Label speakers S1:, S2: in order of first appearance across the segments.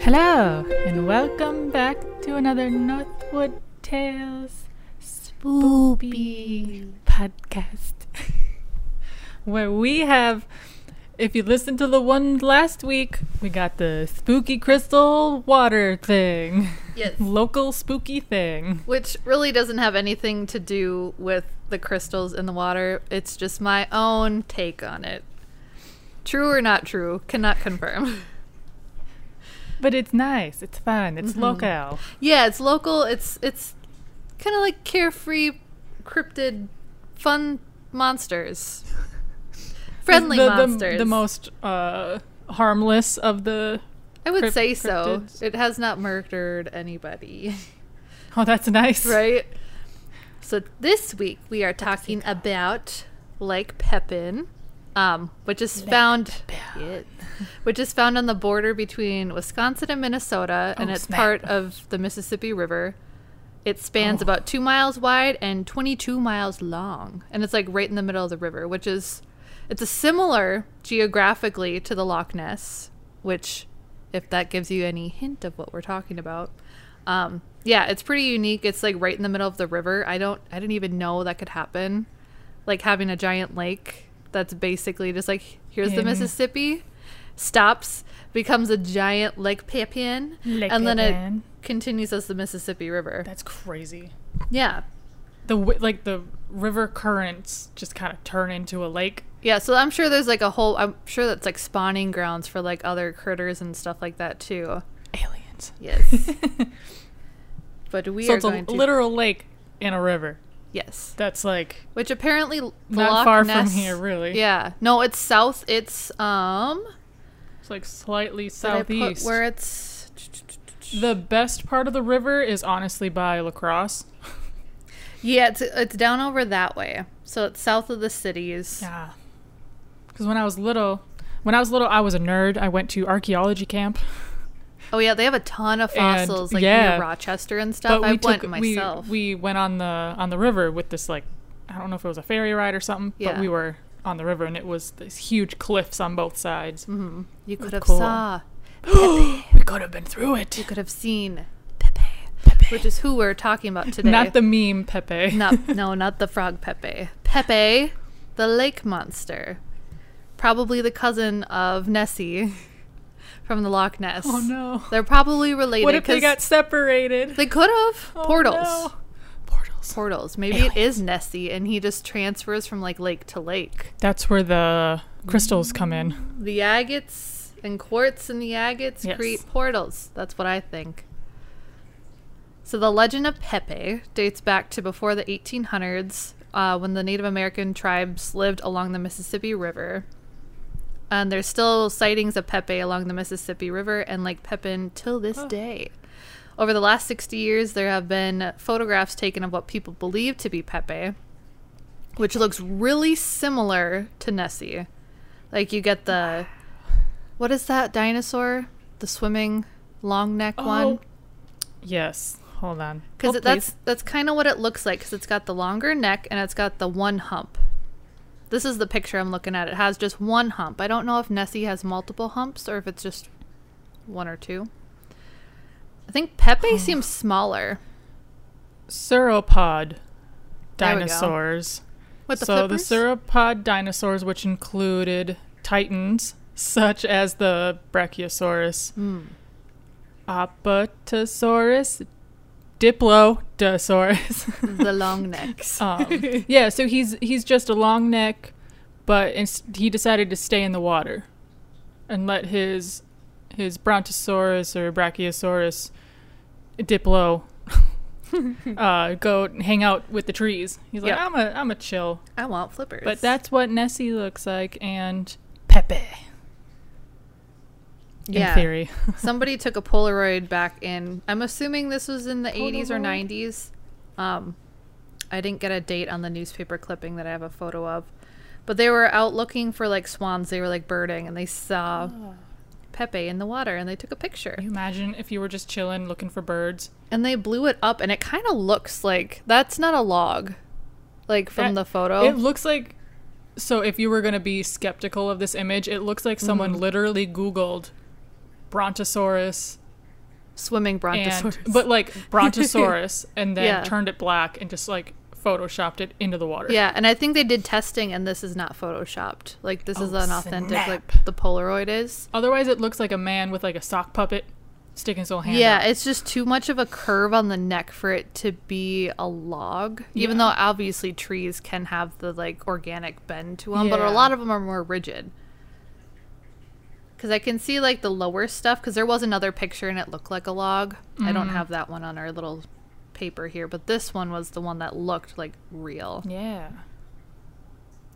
S1: Hello, and welcome back to another Northwood Tales Spoopy podcast. Where we have, if you listened to the one last week, we got the spooky crystal water thing,
S2: Yes.
S1: local spooky thing.
S2: Which really doesn't have anything to do with the crystals in the water. It's just my own take on it. True or not true, cannot confirm.
S1: But it's nice, it's fun, it's
S2: Mm-hmm.
S1: local.
S2: yeah, it's local. It's it's kind of like carefree, cryptid, fun monsters. Friendly
S1: the, the-
S2: monsters.
S1: The, most uh, harmless of the.
S2: I would
S1: crypt-
S2: say so.
S1: cryptids.
S2: It has not murdered anybody.
S1: Oh, that's nice.
S2: right? So this week we are talking about like Pepin, um, which is found, Yeah. which is found on the border between Wisconsin and Minnesota, and
S1: Oh,
S2: it's
S1: snap.
S2: part of the Mississippi River. It spans
S1: Oh.
S2: about two miles wide and 22 miles long, and it's like right in the middle of the river, which is it's a similar geographically to the Loch Ness, which, if that gives you any hint of what we're talking about, um, yeah, it's pretty unique. It's like right in the middle of the river. I don't, I didn't even know that could happen, like having a giant lake that's basically just like here's the
S1: In-
S2: Mississippi, stops, becomes a giant Lake Pepin,
S1: Lake
S2: and then it
S1: Pepin.
S2: continues as the Mississippi River.
S1: That's crazy.
S2: Yeah,
S1: the wi- like the river currents just kind of turn into a lake.
S2: Yeah, so I'm sure there's like a whole. I'm sure that's like spawning grounds for like other critters and stuff like that too.
S1: Aliens.
S2: Yes. but we
S1: so
S2: are
S1: it's a
S2: going to
S1: literal lake in a river.
S2: yes,
S1: That's like
S2: which apparently the
S1: Not
S2: Loch
S1: far from
S2: Ness-
S1: here, really.
S2: Yeah, no, it's south. It's um
S1: it's like slightly
S2: did I put
S1: southeast.
S2: where it's
S1: the best part of the river is honestly by Lacrosse.
S2: yeah, it's it's down over that way. So it's south of the cities.
S1: Yeah. Because when I was little, when I was little, I was a nerd. I went to archaeology camp,
S2: Oh yeah, they have a ton of
S1: And-
S2: fossils like
S1: yeah.
S2: near Rochester and stuff.
S1: but
S2: I
S1: we
S2: went
S1: took
S2: myself.
S1: we we went on the on the river with this like I don't know if it was a ferry ride or something, but
S2: Yeah.
S1: we were on the river and it was these huge cliffs on both sides.
S2: Mm. Mm-hmm. you could have
S1: cool.
S2: saw.
S1: we could have been through it.
S2: You could have seen Pepe, which is who we're talking about today.
S1: Not the meme Pepe.
S2: Not- no, not the frog Pepe. Pepe, the lake monster, probably the cousin of Nessie from the Loch Ness.
S1: Oh no.
S2: They're probably related.
S1: What if they
S2: 'cause
S1: got separated?
S2: They could have
S1: Oh,
S2: portals.
S1: no. Portals.
S2: Portals. Maybe it is Nessie, and he just transfers from like lake to lake.
S1: That's where the crystals
S2: Mm.
S1: come in.
S2: The agates and quartz and the agates
S1: Yes.
S2: create portals. That's what I think. So the legend of Pepe dates back to before the 1800s, uh, when the Native American tribes lived along the Mississippi River. And there's still sightings of Pepe along the Mississippi River and Lake Pepin till this day. Over the last 60 years, there have been photographs taken of what people believe to be Pepe, which looks really similar to Nessie. Like you get the what is that dinosaur? The swimming long neck one?
S1: Oh. Yes. Hold on.
S2: Because
S1: Oh,
S2: that's
S1: please.
S2: that's kind of what it looks like. Because it's got the longer neck and it's got the one hump. This is the picture I'm looking at. It has just one hump. I don't know if Nessie has multiple humps or if it's just one or two. I think
S1: Oh.
S2: Pepe seems smaller.
S1: Sauropod
S2: There we go.
S1: dinosaurs.
S2: With the
S1: so
S2: flippers?
S1: the sauropod dinosaurs, which included titans such as the Brachiosaurus,
S2: Mm. Hmm.
S1: Apatosaurus, Diplodosaurus.
S2: the long necks.
S1: Um, yeah, so he's he's just a long neck, but ins- he decided to stay in the water, and let his his Brontosaurus or Brachiosaurus, Diplo, uh, go hang out with the trees. He's like,
S2: Yeah.
S1: I'm a I'm a chill.
S2: I want flippers.
S1: But that's what Nessie looks like, and Pepe.
S2: Yeah.
S1: In theory,
S2: somebody took a Polaroid back in. I'm assuming this was in the 80s or
S1: Polaroid.
S2: 90s. Um, I didn't get a date on the newspaper clipping that I have a photo of, but they were out looking for like swans. They were like birding, and they saw Pepe in the water, and they took a picture.
S1: Can Ah. Oh, you imagine if you were just chilling looking for birds.
S2: And they blew it up, and it kind of looks like that's not a log, like from
S1: That-
S2: the photo.
S1: It looks like so if you were going to be
S2: Mm-hmm.
S1: skeptical of this image, it looks like someone literally googled Brontosaurus
S2: swimming brontosaurus.
S1: And, but like Brontosaurus and then
S2: Yeah.
S1: turned it black and just like photoshopped it into the water.
S2: yeah, and I think they did testing, and this is not photoshopped. Like this is
S1: Oh,
S2: an authentic,
S1: snap.
S2: like the Polaroid is.
S1: Otherwise, it looks like a man with like a sock puppet sticking his little hand.
S2: yeah,
S1: out.
S2: it's just too much of a curve on the neck for it to be a log. Even
S1: Yeah.
S2: though obviously trees can have the like organic bend to them, but
S1: Yeah.
S2: a lot of them are more rigid. Because I can see like the lower stuff. Because there was another picture and it looked like a log. I
S1: Mm-hmm.
S2: don't have that one on our little paper here, but this one was the one that looked like real.
S1: yeah.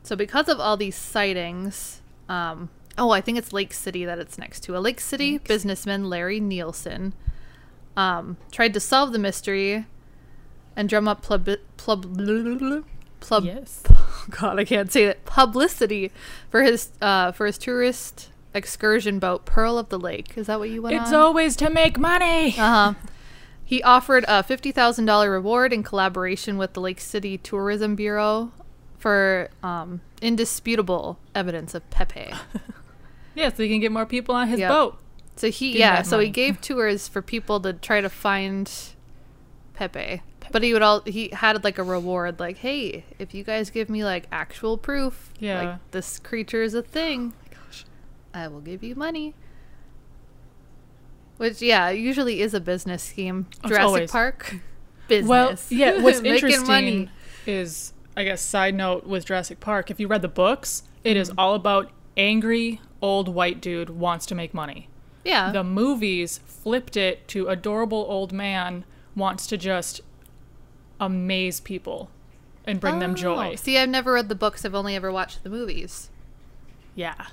S2: So because of all these sightings, um, oh, I think it's Lake City that it's next to. A Lake City businessman, Larry Nielsen, um, tried to solve the mystery and drum up plub plub plub.
S1: yes.
S2: God, I can't say it. Publicity for his uh, for his tourist excursion boat, Pearl of the Lake. Is that what you went
S1: It's
S2: on?
S1: always to make money.
S2: Uh huh. He offered a fifty thousand dollar reward in collaboration with the Lake City Tourism Bureau for um, indisputable evidence of Pepe.
S1: yeah, so he can get more people on his
S2: Yep.
S1: boat.
S2: So he
S1: Give
S2: yeah,
S1: that
S2: so
S1: money.
S2: he gave tours for people to try to find Pepe. But he would all he had like a reward like, hey, if you guys give me like actual proof,
S1: Yeah. Oh
S2: like this creature is a thing,
S1: Gosh.
S2: I will give you money. Which yeah, usually is a business scheme.
S1: It's
S2: Jurassic
S1: always-
S2: Park business.
S1: Well, yeah. What's
S2: Making
S1: interesting
S2: money.
S1: is, I guess, side note with Jurassic Park. If you read the books, it
S2: Mm-hmm.
S1: is all about angry old white dude wants to make money.
S2: Yeah.
S1: The movies flipped it to adorable old man wants to just amaze people and bring them
S2: Oh,
S1: joy.
S2: See, I've never read the books. I've only ever watched the movies.
S1: Yeah,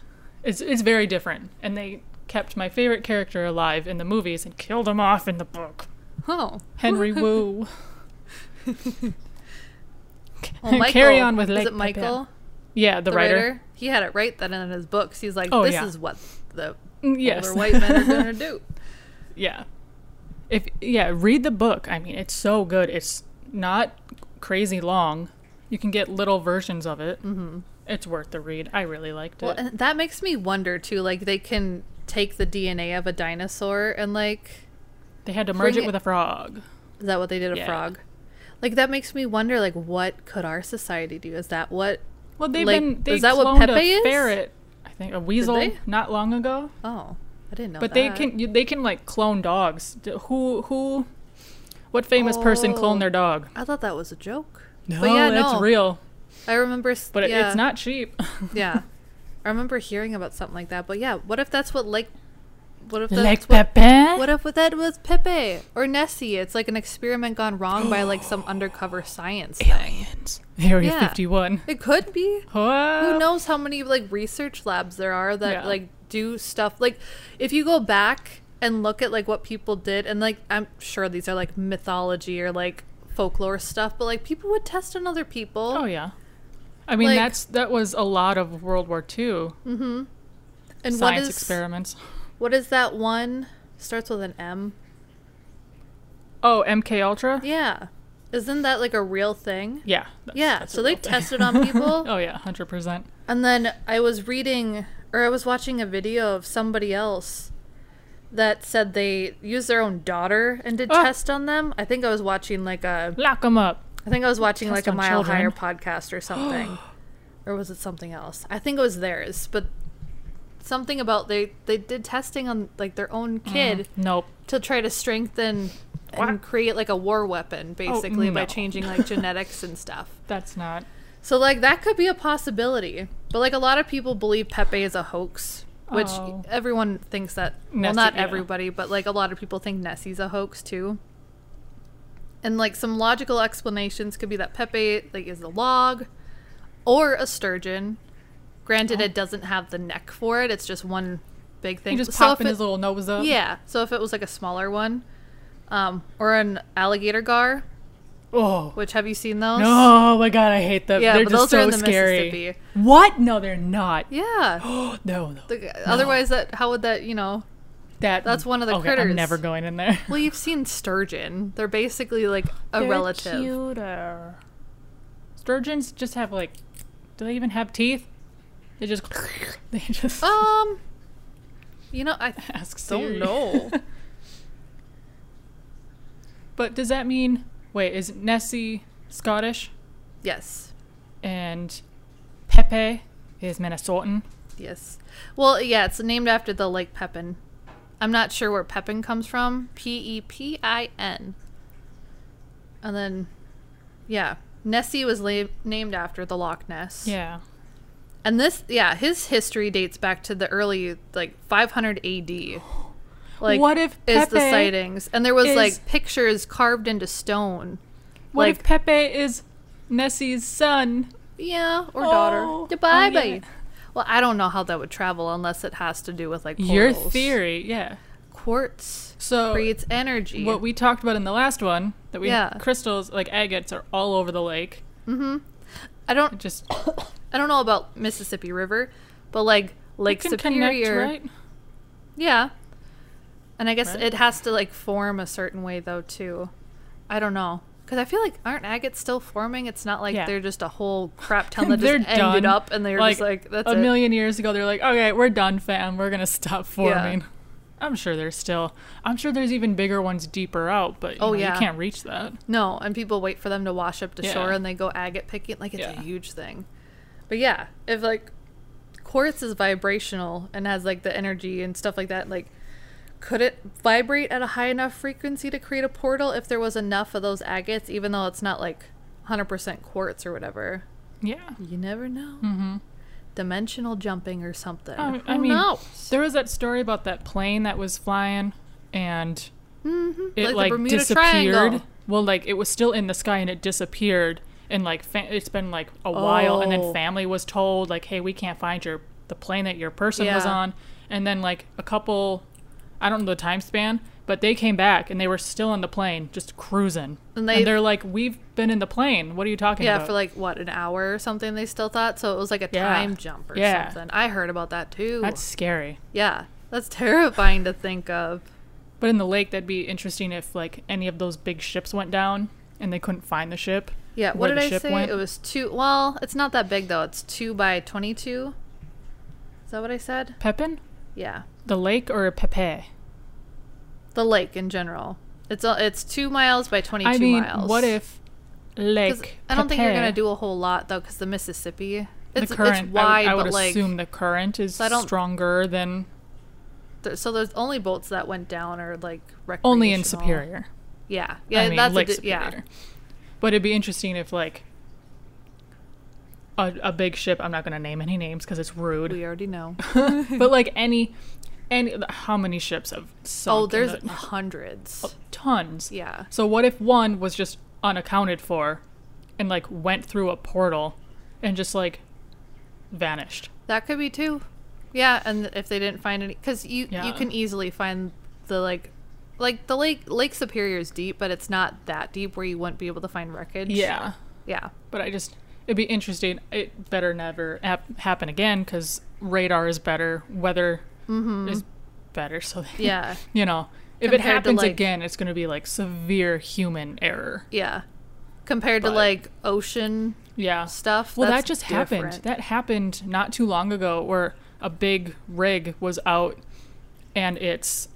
S1: it's it's very different, and they kept my favorite character alive in the movies and killed him off in the book.
S2: Oh.
S1: Henry Wu.
S2: Well, Michael,
S1: Carry on with Lake
S2: Is it Michael?
S1: Pepin. Yeah, the,
S2: the
S1: writer.
S2: writer. He had it right then in his books. He's like,
S1: Oh,
S2: "This
S1: yeah.
S2: is what the
S1: Mm, Yes.
S2: older white men are gonna do."
S1: Yeah. If yeah, read the book. I mean, it's so good. It's not crazy long. You can get little versions of it. Mm-hmm. It's worth the read. I really liked it.
S2: Well, uh, and that makes me wonder too. Like, they can take the DNA of a dinosaur and like,
S1: they had to merge it
S2: bring it-
S1: with a frog.
S2: is that what they did a
S1: Yeah.
S2: frog? Like, that makes me wonder. Like, what could our society do? Is that what?
S1: Well, they've
S2: Like,
S1: been they
S2: is that what
S1: cloned
S2: Pepe
S1: a
S2: is?
S1: ferret. I think a weasel
S2: they?
S1: not long ago.
S2: Oh, I didn't know.
S1: But they
S2: that.
S1: can you, they can like clone dogs. D- Who who what famous person cloned
S2: Oh.
S1: their dog?
S2: I thought that was a joke.
S1: No,
S2: but yeah,
S1: it's
S2: no.
S1: real.
S2: I remember. s-
S1: But it,
S2: yeah.
S1: it's not cheap.
S2: yeah, I remember hearing about something like that. But yeah, what if that's what like, what if that's
S1: like
S2: what
S1: Pepe?
S2: What if that was Pepe or Nessie? It's like an experiment gone wrong by like some undercover science thing.
S1: Aliens. Area
S2: Yeah.
S1: 51.
S2: It could be. Who
S1: Whoa.
S2: knows how many like research labs there are that
S1: Yeah.
S2: like do stuff like if you go back and look at like what people did and like I'm sure these are like mythology or like folklore stuff, but like people would test on other people.
S1: Oh yeah. I mean
S2: Like-
S1: that's that was a lot of World War II
S2: and what
S1: science
S2: is
S1: experiments.
S2: what is that one starts with an M?
S1: Oh, MK Ultra?
S2: Yeah. Isn't that like a real thing?
S1: Yeah. that's-
S2: Yeah,
S1: that's a
S2: so they
S1: real thing.
S2: tested on people.
S1: Oh yeah, 100%.
S2: And then I was reading or I was watching a video of somebody else that said they used their own daughter and did
S1: Ah.
S2: test on them. I think I was watching like a
S1: Lock them up.
S2: I think I was watching
S1: Test
S2: like a
S1: on
S2: Mile
S1: children.
S2: Higher podcast or something. or was it something else? I think it was theirs, but something about they they did testing on like their own kid
S1: Nope.
S2: to try to strengthen and
S1: Mm-hmm. What? Oh,
S2: create like a war weapon basically by
S1: no.
S2: changing like genetics and stuff.
S1: That's not.
S2: So like that could be a possibility. But like a lot of people believe Pepe is a hoax, which
S1: Oh.
S2: everyone thinks that well
S1: Nessie,
S2: not
S1: yeah.
S2: everybody, but like a lot of people think Nessie's a hoax too. And like some logical explanations could be that Pepe like is a log or a sturgeon. Granted
S1: Oh.
S2: it doesn't have the neck for it, it's just one big thing.
S1: He just
S2: So if
S1: popping
S2: it-
S1: his little nose up.
S2: Yeah. So if it was like a smaller one, um, or an alligator gar,
S1: Oh.
S2: which have you seen those?
S1: No, oh my god, I hate them.
S2: Yeah,
S1: they're
S2: but
S1: just
S2: those are
S1: so
S2: in the
S1: scary.
S2: Mississippi.
S1: What? No, they're not.
S2: Yeah.
S1: Oh, no, no.
S2: The, Otherwise, that how would that you know?
S1: That
S2: that's one of the
S1: okay,
S2: critters.
S1: I'm never going in there.
S2: Well, you've seen sturgeon. They're basically like a
S1: They're
S2: relative.
S1: cuter. Sturgeons just have like, do they even have teeth? They just they just
S2: Um, you know, I
S1: ask
S2: Oh, don't
S1: Siri.
S2: know.
S1: But does that mean wait, is Nessie Scottish
S2: Yes.
S1: and Pepe is Minnesotan?
S2: Yes. Well, yeah, it's named after the Lake Pepin. I'm not sure where Pepin comes from. P E P I N. And then, yeah, Nessie was la- named after the Loch Ness.
S1: Yeah.
S2: And this, yeah, his history dates back to the early, like, 500 AD. Like,
S1: What if
S2: is the
S1: Pepe
S2: sightings? And there was,
S1: is-
S2: like, pictures carved into stone.
S1: What
S2: like,
S1: if Pepe is Nessie's son?
S2: yeah, or
S1: Oh,
S2: daughter. Goodbye,
S1: I get
S2: bye.
S1: it.
S2: Well, I don't know how that would travel unless it has to do with, like,
S1: Your
S2: portals.
S1: theory, yeah.
S2: Quartz
S1: So
S2: creates energy.
S1: what we talked about in the last one that we
S2: Yeah.
S1: crystals like agates are all over the lake.
S2: I don't
S1: Just
S2: I don't know about Mississippi River, but like Lake
S1: can
S2: Superior,
S1: connect, right?
S2: yeah. And I guess
S1: Right.
S2: it has to like form a certain way though too. I don't know because I feel like aren't agates still forming? It's not like
S1: Yeah.
S2: they're just a whole crap ton that
S1: they're
S2: just
S1: done.
S2: ended up and they're just like that's
S1: a
S2: it.
S1: million years ago. They're like, okay, we're done, fam. We're gonna stop
S2: Yeah.
S1: forming. I'm sure there's still. I'm sure there's even bigger ones deeper out, but you,
S2: Oh,
S1: know,
S2: yeah.
S1: you can't reach that.
S2: No, and people wait for them to wash up to
S1: Yeah.
S2: shore and they go agate picking. Like it's
S1: Yeah.
S2: a huge thing. But yeah, if like quartz is vibrational and has like the energy and stuff like that, like could it vibrate at a high enough frequency to create a portal if there was enough of those agates, even though it's not like 100% quartz or whatever?
S1: Yeah.
S2: You never know.
S1: Mm-hmm.
S2: Dimensional jumping or something.
S1: I- I
S2: Who
S1: mean,
S2: knows?
S1: There was that story about that plane that was flying, and
S2: Mhm.
S1: it like, disappeared. Well, like it was still in the sky and it disappeared, and like fa- it's been like a while, and
S2: Oh.
S1: then family was told like, "Hey, we can't find your the plane that your person was
S2: Yeah.
S1: on," and then like a couple, I don't know the time span, but they came back and they were still on the plane, just cruising,
S2: And
S1: and,
S2: they-
S1: are like, "We've been in the plane. What are you talking
S2: Yeah,
S1: about?"
S2: for like what an hour or something. They still thought so. It was like a
S1: Yeah.
S2: time jump or
S1: Yeah.
S2: something. I heard about that too.
S1: That's scary.
S2: yeah, that's terrifying to think of.
S1: But in the lake, that'd be interesting if like any of those big ships went down and they couldn't find the ship.
S2: Yeah, what
S1: Where
S2: did
S1: the
S2: I
S1: ship
S2: say?
S1: went?
S2: It was two. Well, it's not that big though. It's two by twenty-two. Is that what I said?
S1: Pepin,
S2: Yeah,
S1: the lake or Pepe?
S2: the lake in general. It's a, it's two miles by twenty-two
S1: I mean,
S2: miles.
S1: what if
S2: 'Cause
S1: Lake?
S2: I don't think you're gonna
S1: Pepe,
S2: do a whole lot though, because the Mississippi.
S1: the
S2: It's,
S1: current.
S2: it's wide,
S1: I, would- I would
S2: but like
S1: assume the current is
S2: So I don't-
S1: stronger than
S2: th- so. There's only boats that went down or like
S1: only in
S2: recreational.
S1: Superior.
S2: Yeah, yeah,
S1: I mean,
S2: that's
S1: Lake
S2: a, di-
S1: Superior.
S2: yeah.
S1: But it'd be interesting if like a, a big ship. I'm not gonna name any names because it's rude.
S2: We already know.
S1: but like any, any how many ships have sunk?
S2: Oh,
S1: in
S2: there's
S1: the- Oh.
S2: hundreds.
S1: tons.
S2: Yeah.
S1: So what if one was just unaccounted for and like went through a portal and just like vanished?
S2: That could be too. Yeah, and if they didn't find any cuz you
S1: Yeah.
S2: you can easily find the like like the lake Lake Superior is deep, but it's not that deep where you wouldn't be able to find wreckage.
S1: Yeah.
S2: Yeah.
S1: But I just it'd be interesting. It better never hap- happen again cuz radar is better, weather is better so that,
S2: Mm-hmm. Yeah.
S1: you know, if it
S2: Compared to,
S1: happens
S2: like-
S1: again, it's going to be like severe human error.
S2: yeah. Compared to
S1: But-
S2: like ocean
S1: Yeah.
S2: stuff.
S1: Well,
S2: that's
S1: that just happened.
S2: different.
S1: That happened not too long ago, where a big rig was out, and it's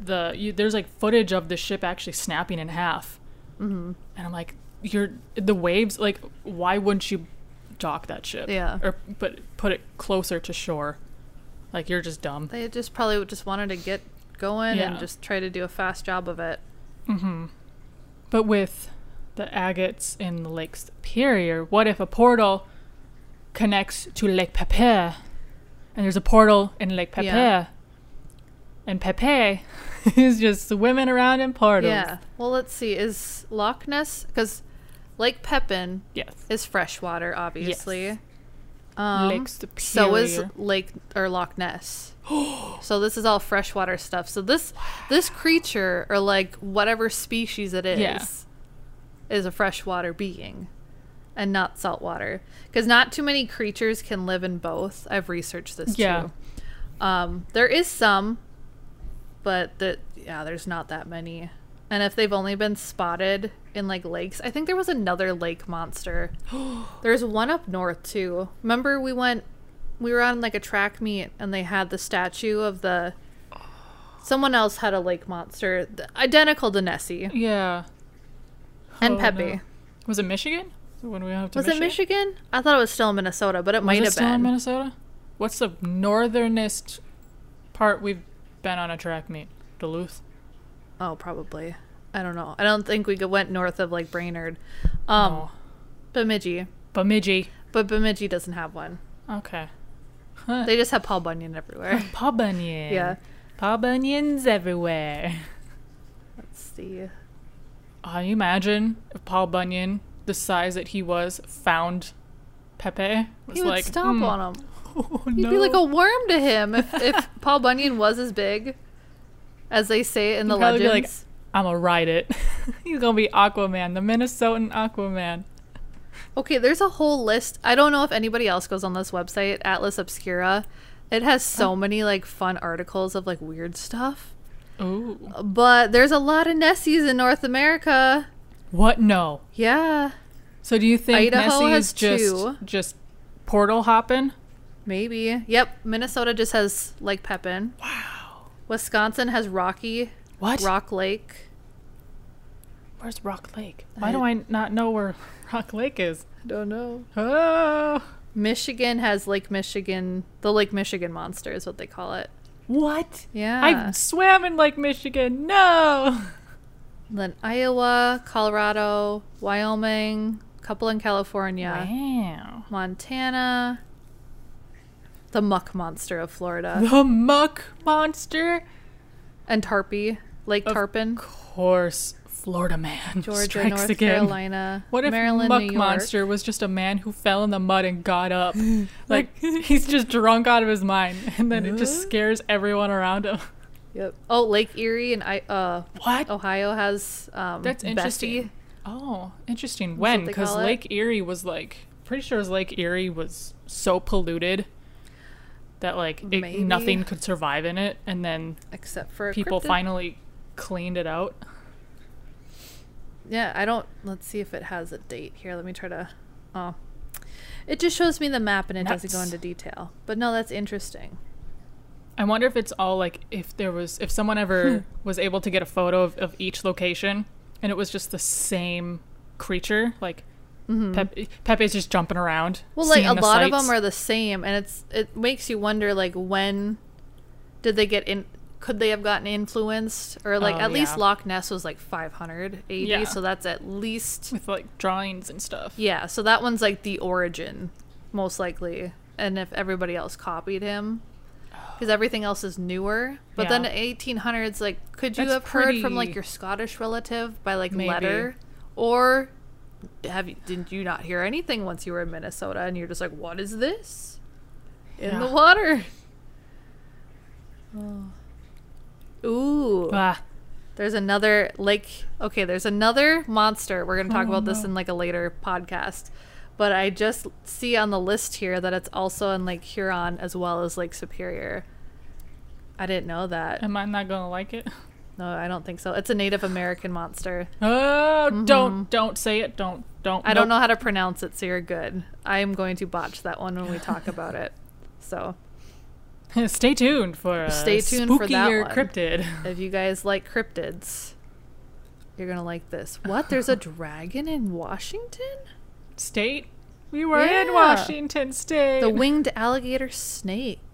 S1: the you, there's like footage of the ship actually snapping in half, mm-hmm. and I'm like, you're the waves. Like, why wouldn't you dock that ship?
S2: Yeah.
S1: or but put it closer to shore. Like you're just dumb.
S2: they just probably just wanted to get going and
S1: Yeah.
S2: just try to do a fast job of it.
S1: Mm-hmm. But with the agates in the Lake Superior, what if a portal connects to Lake Pepe? And there's a portal in Lake Pepe.
S2: Yeah.
S1: And Pepe is just swimming around in portals.
S2: Yeah. Well, let's see. Is Loch Ness cuz Lake Pepin
S1: Yes.
S2: is freshwater, obviously.
S1: Yes.
S2: Um,
S1: Lake Superior.
S2: so is Lake or Loch Ness. so this is all freshwater stuff. So this this creature or like whatever species it is
S1: Yeah.
S2: is a freshwater being and not saltwater because not too many creatures can live in both. I've researched this
S1: Yeah.
S2: too. Um, there is some, but the yeah, there's not that many. And if they've only been spotted in like lakes, I think there was another lake monster. There's one up north too. Remember we went we were on like a track meet and they had the statue of the someone else had a lake monster th- identical to Nessie.
S1: Yeah.
S2: and
S1: Oh,
S2: Pepe.
S1: no. Was it Michigan? So when we have to
S2: Was it Michigan? I thought it was still in Minnesota, but it
S1: Was
S2: might
S1: it
S2: have
S1: still in
S2: been.
S1: Minnesota? What's the northernest part we've been on a track meet? Duluth.
S2: oh, probably. I don't know. I don't think we go- went north of like Brainerd. Um,
S1: No.
S2: Bemidji.
S1: Bemidji.
S2: But Bemidji doesn't have one.
S1: Okay. Huh.
S2: They just have Paul Bunyan everywhere.
S1: Paw Bunyan.
S2: yeah.
S1: Paw Bunyan's everywhere.
S2: Let's see.
S1: Oh, you imagine if Paul Bunyan, the size that he was, found Pepe? Was
S2: He would
S1: like,
S2: stomp
S1: "Mm,
S2: on him.
S1: Oh,
S2: He'd
S1: no.
S2: be like a worm to him if, if Paul Bunyan was as big as they say in the
S1: He'd probably be like,
S2: legends.
S1: I'm gonna ride it. He's gonna be Aquaman, the Minnesotan Aquaman.
S2: Okay, there's a whole list. I don't know if anybody else goes on this website, Atlas Obscura. It has so many like fun articles of like weird stuff.
S1: Ooh.
S2: But there's a lot of Nessies in North America.
S1: What? No.
S2: Yeah,
S1: So do you think
S2: Idaho
S1: Nessie
S2: has
S1: is just
S2: two.
S1: just portal hopping?
S2: maybe. Yep, Minnesota just has Lake Pepin. Wow. Wisconsin has Rocky,
S1: What?
S2: Rock Lake.
S1: Where's Rock Lake? Why do I not know where Rock Lake is?
S2: I don't know.
S1: Oh.
S2: Michigan has Lake Michigan, the Lake Michigan monster is what they call it.
S1: What?
S2: Yeah.
S1: I swam in Lake Michigan. No.
S2: then Iowa, Colorado, Wyoming, couple in California,
S1: Wow.
S2: Montana, the muck monster of Florida,
S1: The muck monster.
S2: and Tarpy, Lake
S1: Of
S2: Tarpon,
S1: Horse Florida man
S2: Georgia,
S1: strikes
S2: North
S1: again.
S2: Carolina,
S1: What if
S2: Maryland,
S1: Muck
S2: New York.
S1: Monster was just a man who fell in the mud and got up? like he's just drunk out of his mind, and then it just scares everyone around him.
S2: Yep. Oh, Lake Erie and I. Uh,
S1: What?
S2: Ohio has um,
S1: That's
S2: Bessie.
S1: interesting. Oh, interesting. When?
S2: they
S1: Because
S2: call it.
S1: Lake Erie was like pretty sure Lake Erie was so polluted that like it,
S2: Maybe.
S1: nothing could survive in it, and then
S2: except for
S1: people
S2: cryptid.
S1: finally cleaned it out.
S2: Yeah, I don't. Let's see if it has a date here. Let me try to. Oh, it just shows me the map and it doesn't go
S1: Nuts.
S2: into detail. But no, that's interesting.
S1: I wonder if it's all like if there was if someone ever was able to get a photo of, of each location and it was just the same creature like
S2: Mm-hmm.
S1: Pepe, Pepe's just jumping around.
S2: Hmm. Well, like
S1: seeing
S2: a
S1: the
S2: lot of
S1: sights.
S2: them are the same, and it's it makes you wonder like when did they get in? Could they have gotten influenced or like
S1: Oh,
S2: at least
S1: yeah.
S2: Loch Ness was like 500 AD,
S1: Yeah.
S2: so that's at least
S1: with like drawings and stuff.
S2: yeah. So that one's like the origin, most likely, and if everybody else copied him. Because everything else is newer, but then
S1: Oh. Yeah.
S2: 1800s, like, could you
S1: That's
S2: have heard from like
S1: pretty-
S2: your Scottish relative by like
S1: Maybe.
S2: letter, or have you, did you not hear anything once you were in Minnesota and you're just like, what is this in the
S1: Yeah.
S2: water? Ooh,
S1: Ah,
S2: there's another lake. Okay, there's another monster. We're gonna talk
S1: Oh,
S2: about this in like a later podcast, but I just see on the list here that it's also in Lake Huron as well as Lake Superior. I didn't know that.
S1: am I not gonna like it?
S2: No, I don't think so. It's a Native American monster.
S1: Oh, don't don't say it. Don't don't.
S2: Mm-hmm. I don't know how to pronounce it, so you're good. I am going to botch that one when we talk about it. So,
S1: know. Stay tuned for a
S2: Stay tuned for that
S1: spookier
S2: one.
S1: cryptid.
S2: if you guys like cryptids, you're going to like this. What? There's a dragon in Washington?
S1: State. We were
S2: Yeah.
S1: in Washington State.
S2: The winged alligator snake.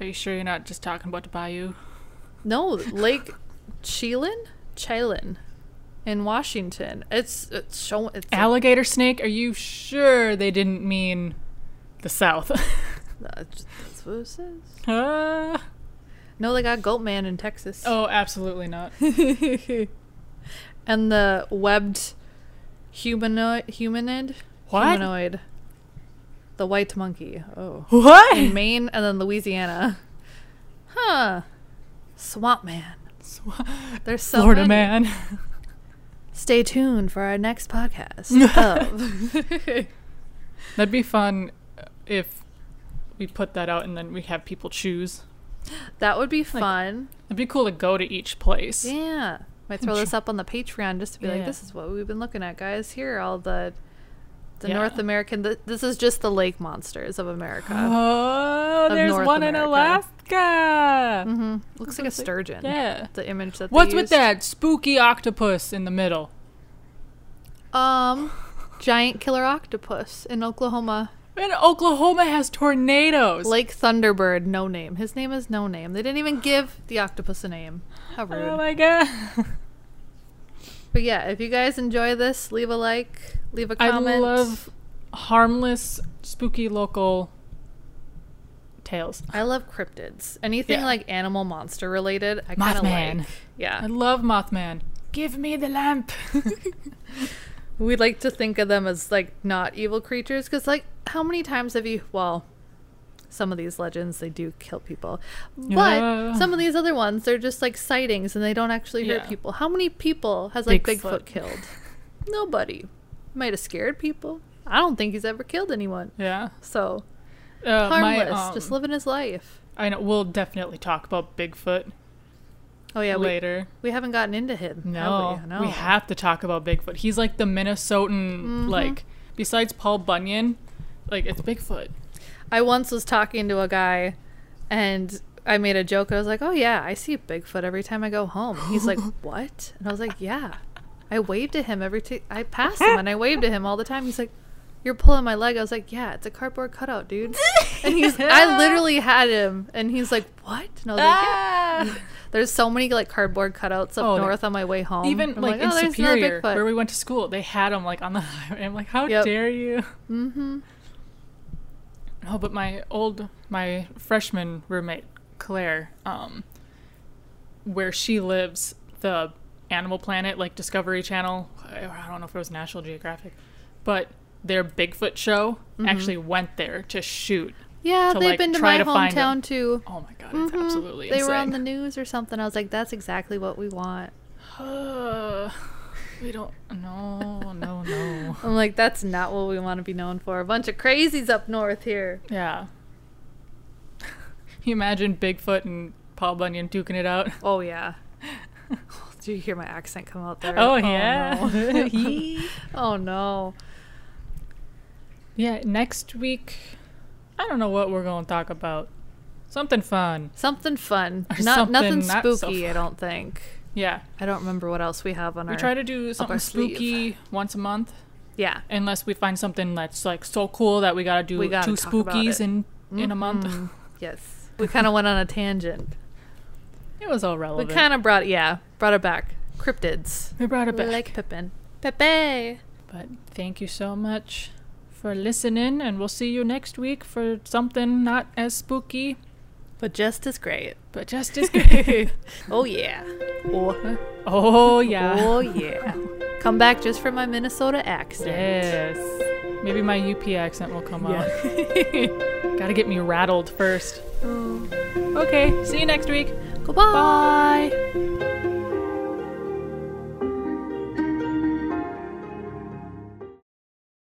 S1: are you sure you're not just talking about the bayou?
S2: No, Lake Chelan? Chelan in Washington. It's it's showing it's like-
S1: Alligator snake? Are you sure they didn't mean the South?
S2: uh, it's- that's what it says.
S1: Uh,
S2: No, they got goat man in Texas.
S1: oh, absolutely not.
S2: and the webbed humanoid humanid
S1: What?
S2: humanoid the white monkey oh in
S1: What?
S2: maine and then louisiana huh swamp man there's so
S1: Florida
S2: many.
S1: man.
S2: stay tuned for our next podcast of
S1: That'd be fun if we put that out and then we have people choose.
S2: that would be fun
S1: It'd be cool to go to each place.
S2: yeah might throw this up on the patreon just to be like
S1: Yeah.
S2: this is what we've been looking at guys here are all the the
S1: Yeah.
S2: north american th- this is just the lake monsters of america
S1: Oh,
S2: Of
S1: there's
S2: North
S1: one in
S2: America.
S1: Alaska.
S2: Looks like a sturgeon.
S1: Yeah.
S2: The image that. they
S1: What's Mm-hmm. with
S2: used.
S1: that spooky octopus in the middle?
S2: Um, giant killer octopus in Oklahoma.
S1: And Oklahoma has tornadoes.
S2: Lake Thunderbird, no name. His name is no name. They didn't even give the octopus a name. How rude.
S1: oh my god.
S2: But yeah, if you guys enjoy this, leave a like, leave a
S1: I
S2: comment.
S1: love harmless, spooky local tales.
S2: I love cryptids. Anything
S1: Yeah.
S2: like animal monster related, I kind of
S1: Mothman.
S2: like.
S1: I
S2: Yeah.
S1: love Mothman. Give me the lamp.
S2: We like to think of them as like not evil creatures cuz like how many times have you well some of these legends they do kill people. But
S1: Yeah.
S2: some of these other ones they're just like sightings and they don't actually hurt
S1: Yeah.
S2: people. How many people has like Bigfoot,
S1: Bigfoot.
S2: killed? Nobody. Might have scared people. I don't think he's ever killed anyone.
S1: yeah.
S2: So,
S1: Uh,
S2: harmless,
S1: My, um,
S2: just living his life.
S1: I know. We'll definitely talk about Bigfoot
S2: Oh yeah, we,
S1: later.
S2: we haven't gotten into him. have
S1: No,
S2: we?
S1: we,
S2: no,
S1: have to talk about Bigfoot. He's like the Minnesotan,
S2: Mm-hmm.
S1: like besides Paul Bunyan, like it's Bigfoot.
S2: I once was talking to a guy and I made a joke. I was like, "Oh yeah, I see Bigfoot every time I go home." He's like, "What?" And I was like, "Yeah." I waved to him every t- I pass him and I waved to him all the time. He's like, "You're pulling my leg." I was like, "Yeah, it's a cardboard cutout, dude." And he's I literally had him and he's like, "What?" And I was like, "Yeah." There's so many like cardboard cutouts up
S1: Oh,
S2: north on my way home.
S1: Even
S2: I'm
S1: like,
S2: "Oh,
S1: in
S2: there's another
S1: Superior,
S2: Bigfoot."
S1: where we went to school, they had him like on the highway. I'm like, how
S2: Yep.
S1: dare you? Mm-hmm. No, but my old my freshman roommate Claire, um, where she lives, the Animal Planet, like Discovery Channel, I I don't know if it was National Geographic, but their Bigfoot show
S2: Mm-hmm.
S1: actually went there to shoot.
S2: yeah,
S1: to,
S2: they've
S1: like,
S2: been to
S1: try
S2: my
S1: to find him.
S2: hometown too.
S1: Oh my god, it's
S2: Mhm.
S1: absolutely
S2: They
S1: insane.
S2: were on the news or something. I was like, "That's exactly what we want."
S1: Uh, we don't. No, no, no.
S2: I'm like, that's not what we want to be known for. A bunch of crazies up north here.
S1: Yeah. you imagine Bigfoot and Paul Bunyan duking it out?
S2: Oh yeah. Do you hear my accent come out there?
S1: Oh, yeah.
S2: no. oh no.
S1: yeah, next week, I don't know what we're going to talk about. Something fun.
S2: Something fun.
S1: Or
S2: Not
S1: something
S2: nothing
S1: not so
S2: spooky, I
S1: fun.
S2: don't think.
S1: Yeah.
S2: I don't remember what else we have on
S1: We
S2: our
S1: try to do something
S2: our sleeve.
S1: spooky once a month,
S2: Yeah.
S1: unless we find something that's like so cool that we got to do
S2: We gotta
S1: two
S2: talk about
S1: spookies
S2: it.
S1: in in a month.
S2: Yes. We kinda went on a tangent.
S1: it was all relevant.
S2: We kinda brought yeah, brought it back. Cryptids.
S1: we brought it back.
S2: Like Pippin. Pepe.
S1: But thank you so much for listening, and we'll see you next week for something not as spooky,
S2: But just as great.
S1: but just as good.
S2: Oh yeah. Oh,
S1: oh, yeah.
S2: oh yeah. Come back just for my Minnesota accent.
S1: Yes. Maybe my UP accent will come out. Gotta get me rattled first. Okay, see you next week.
S2: Goodbye.
S1: Bye.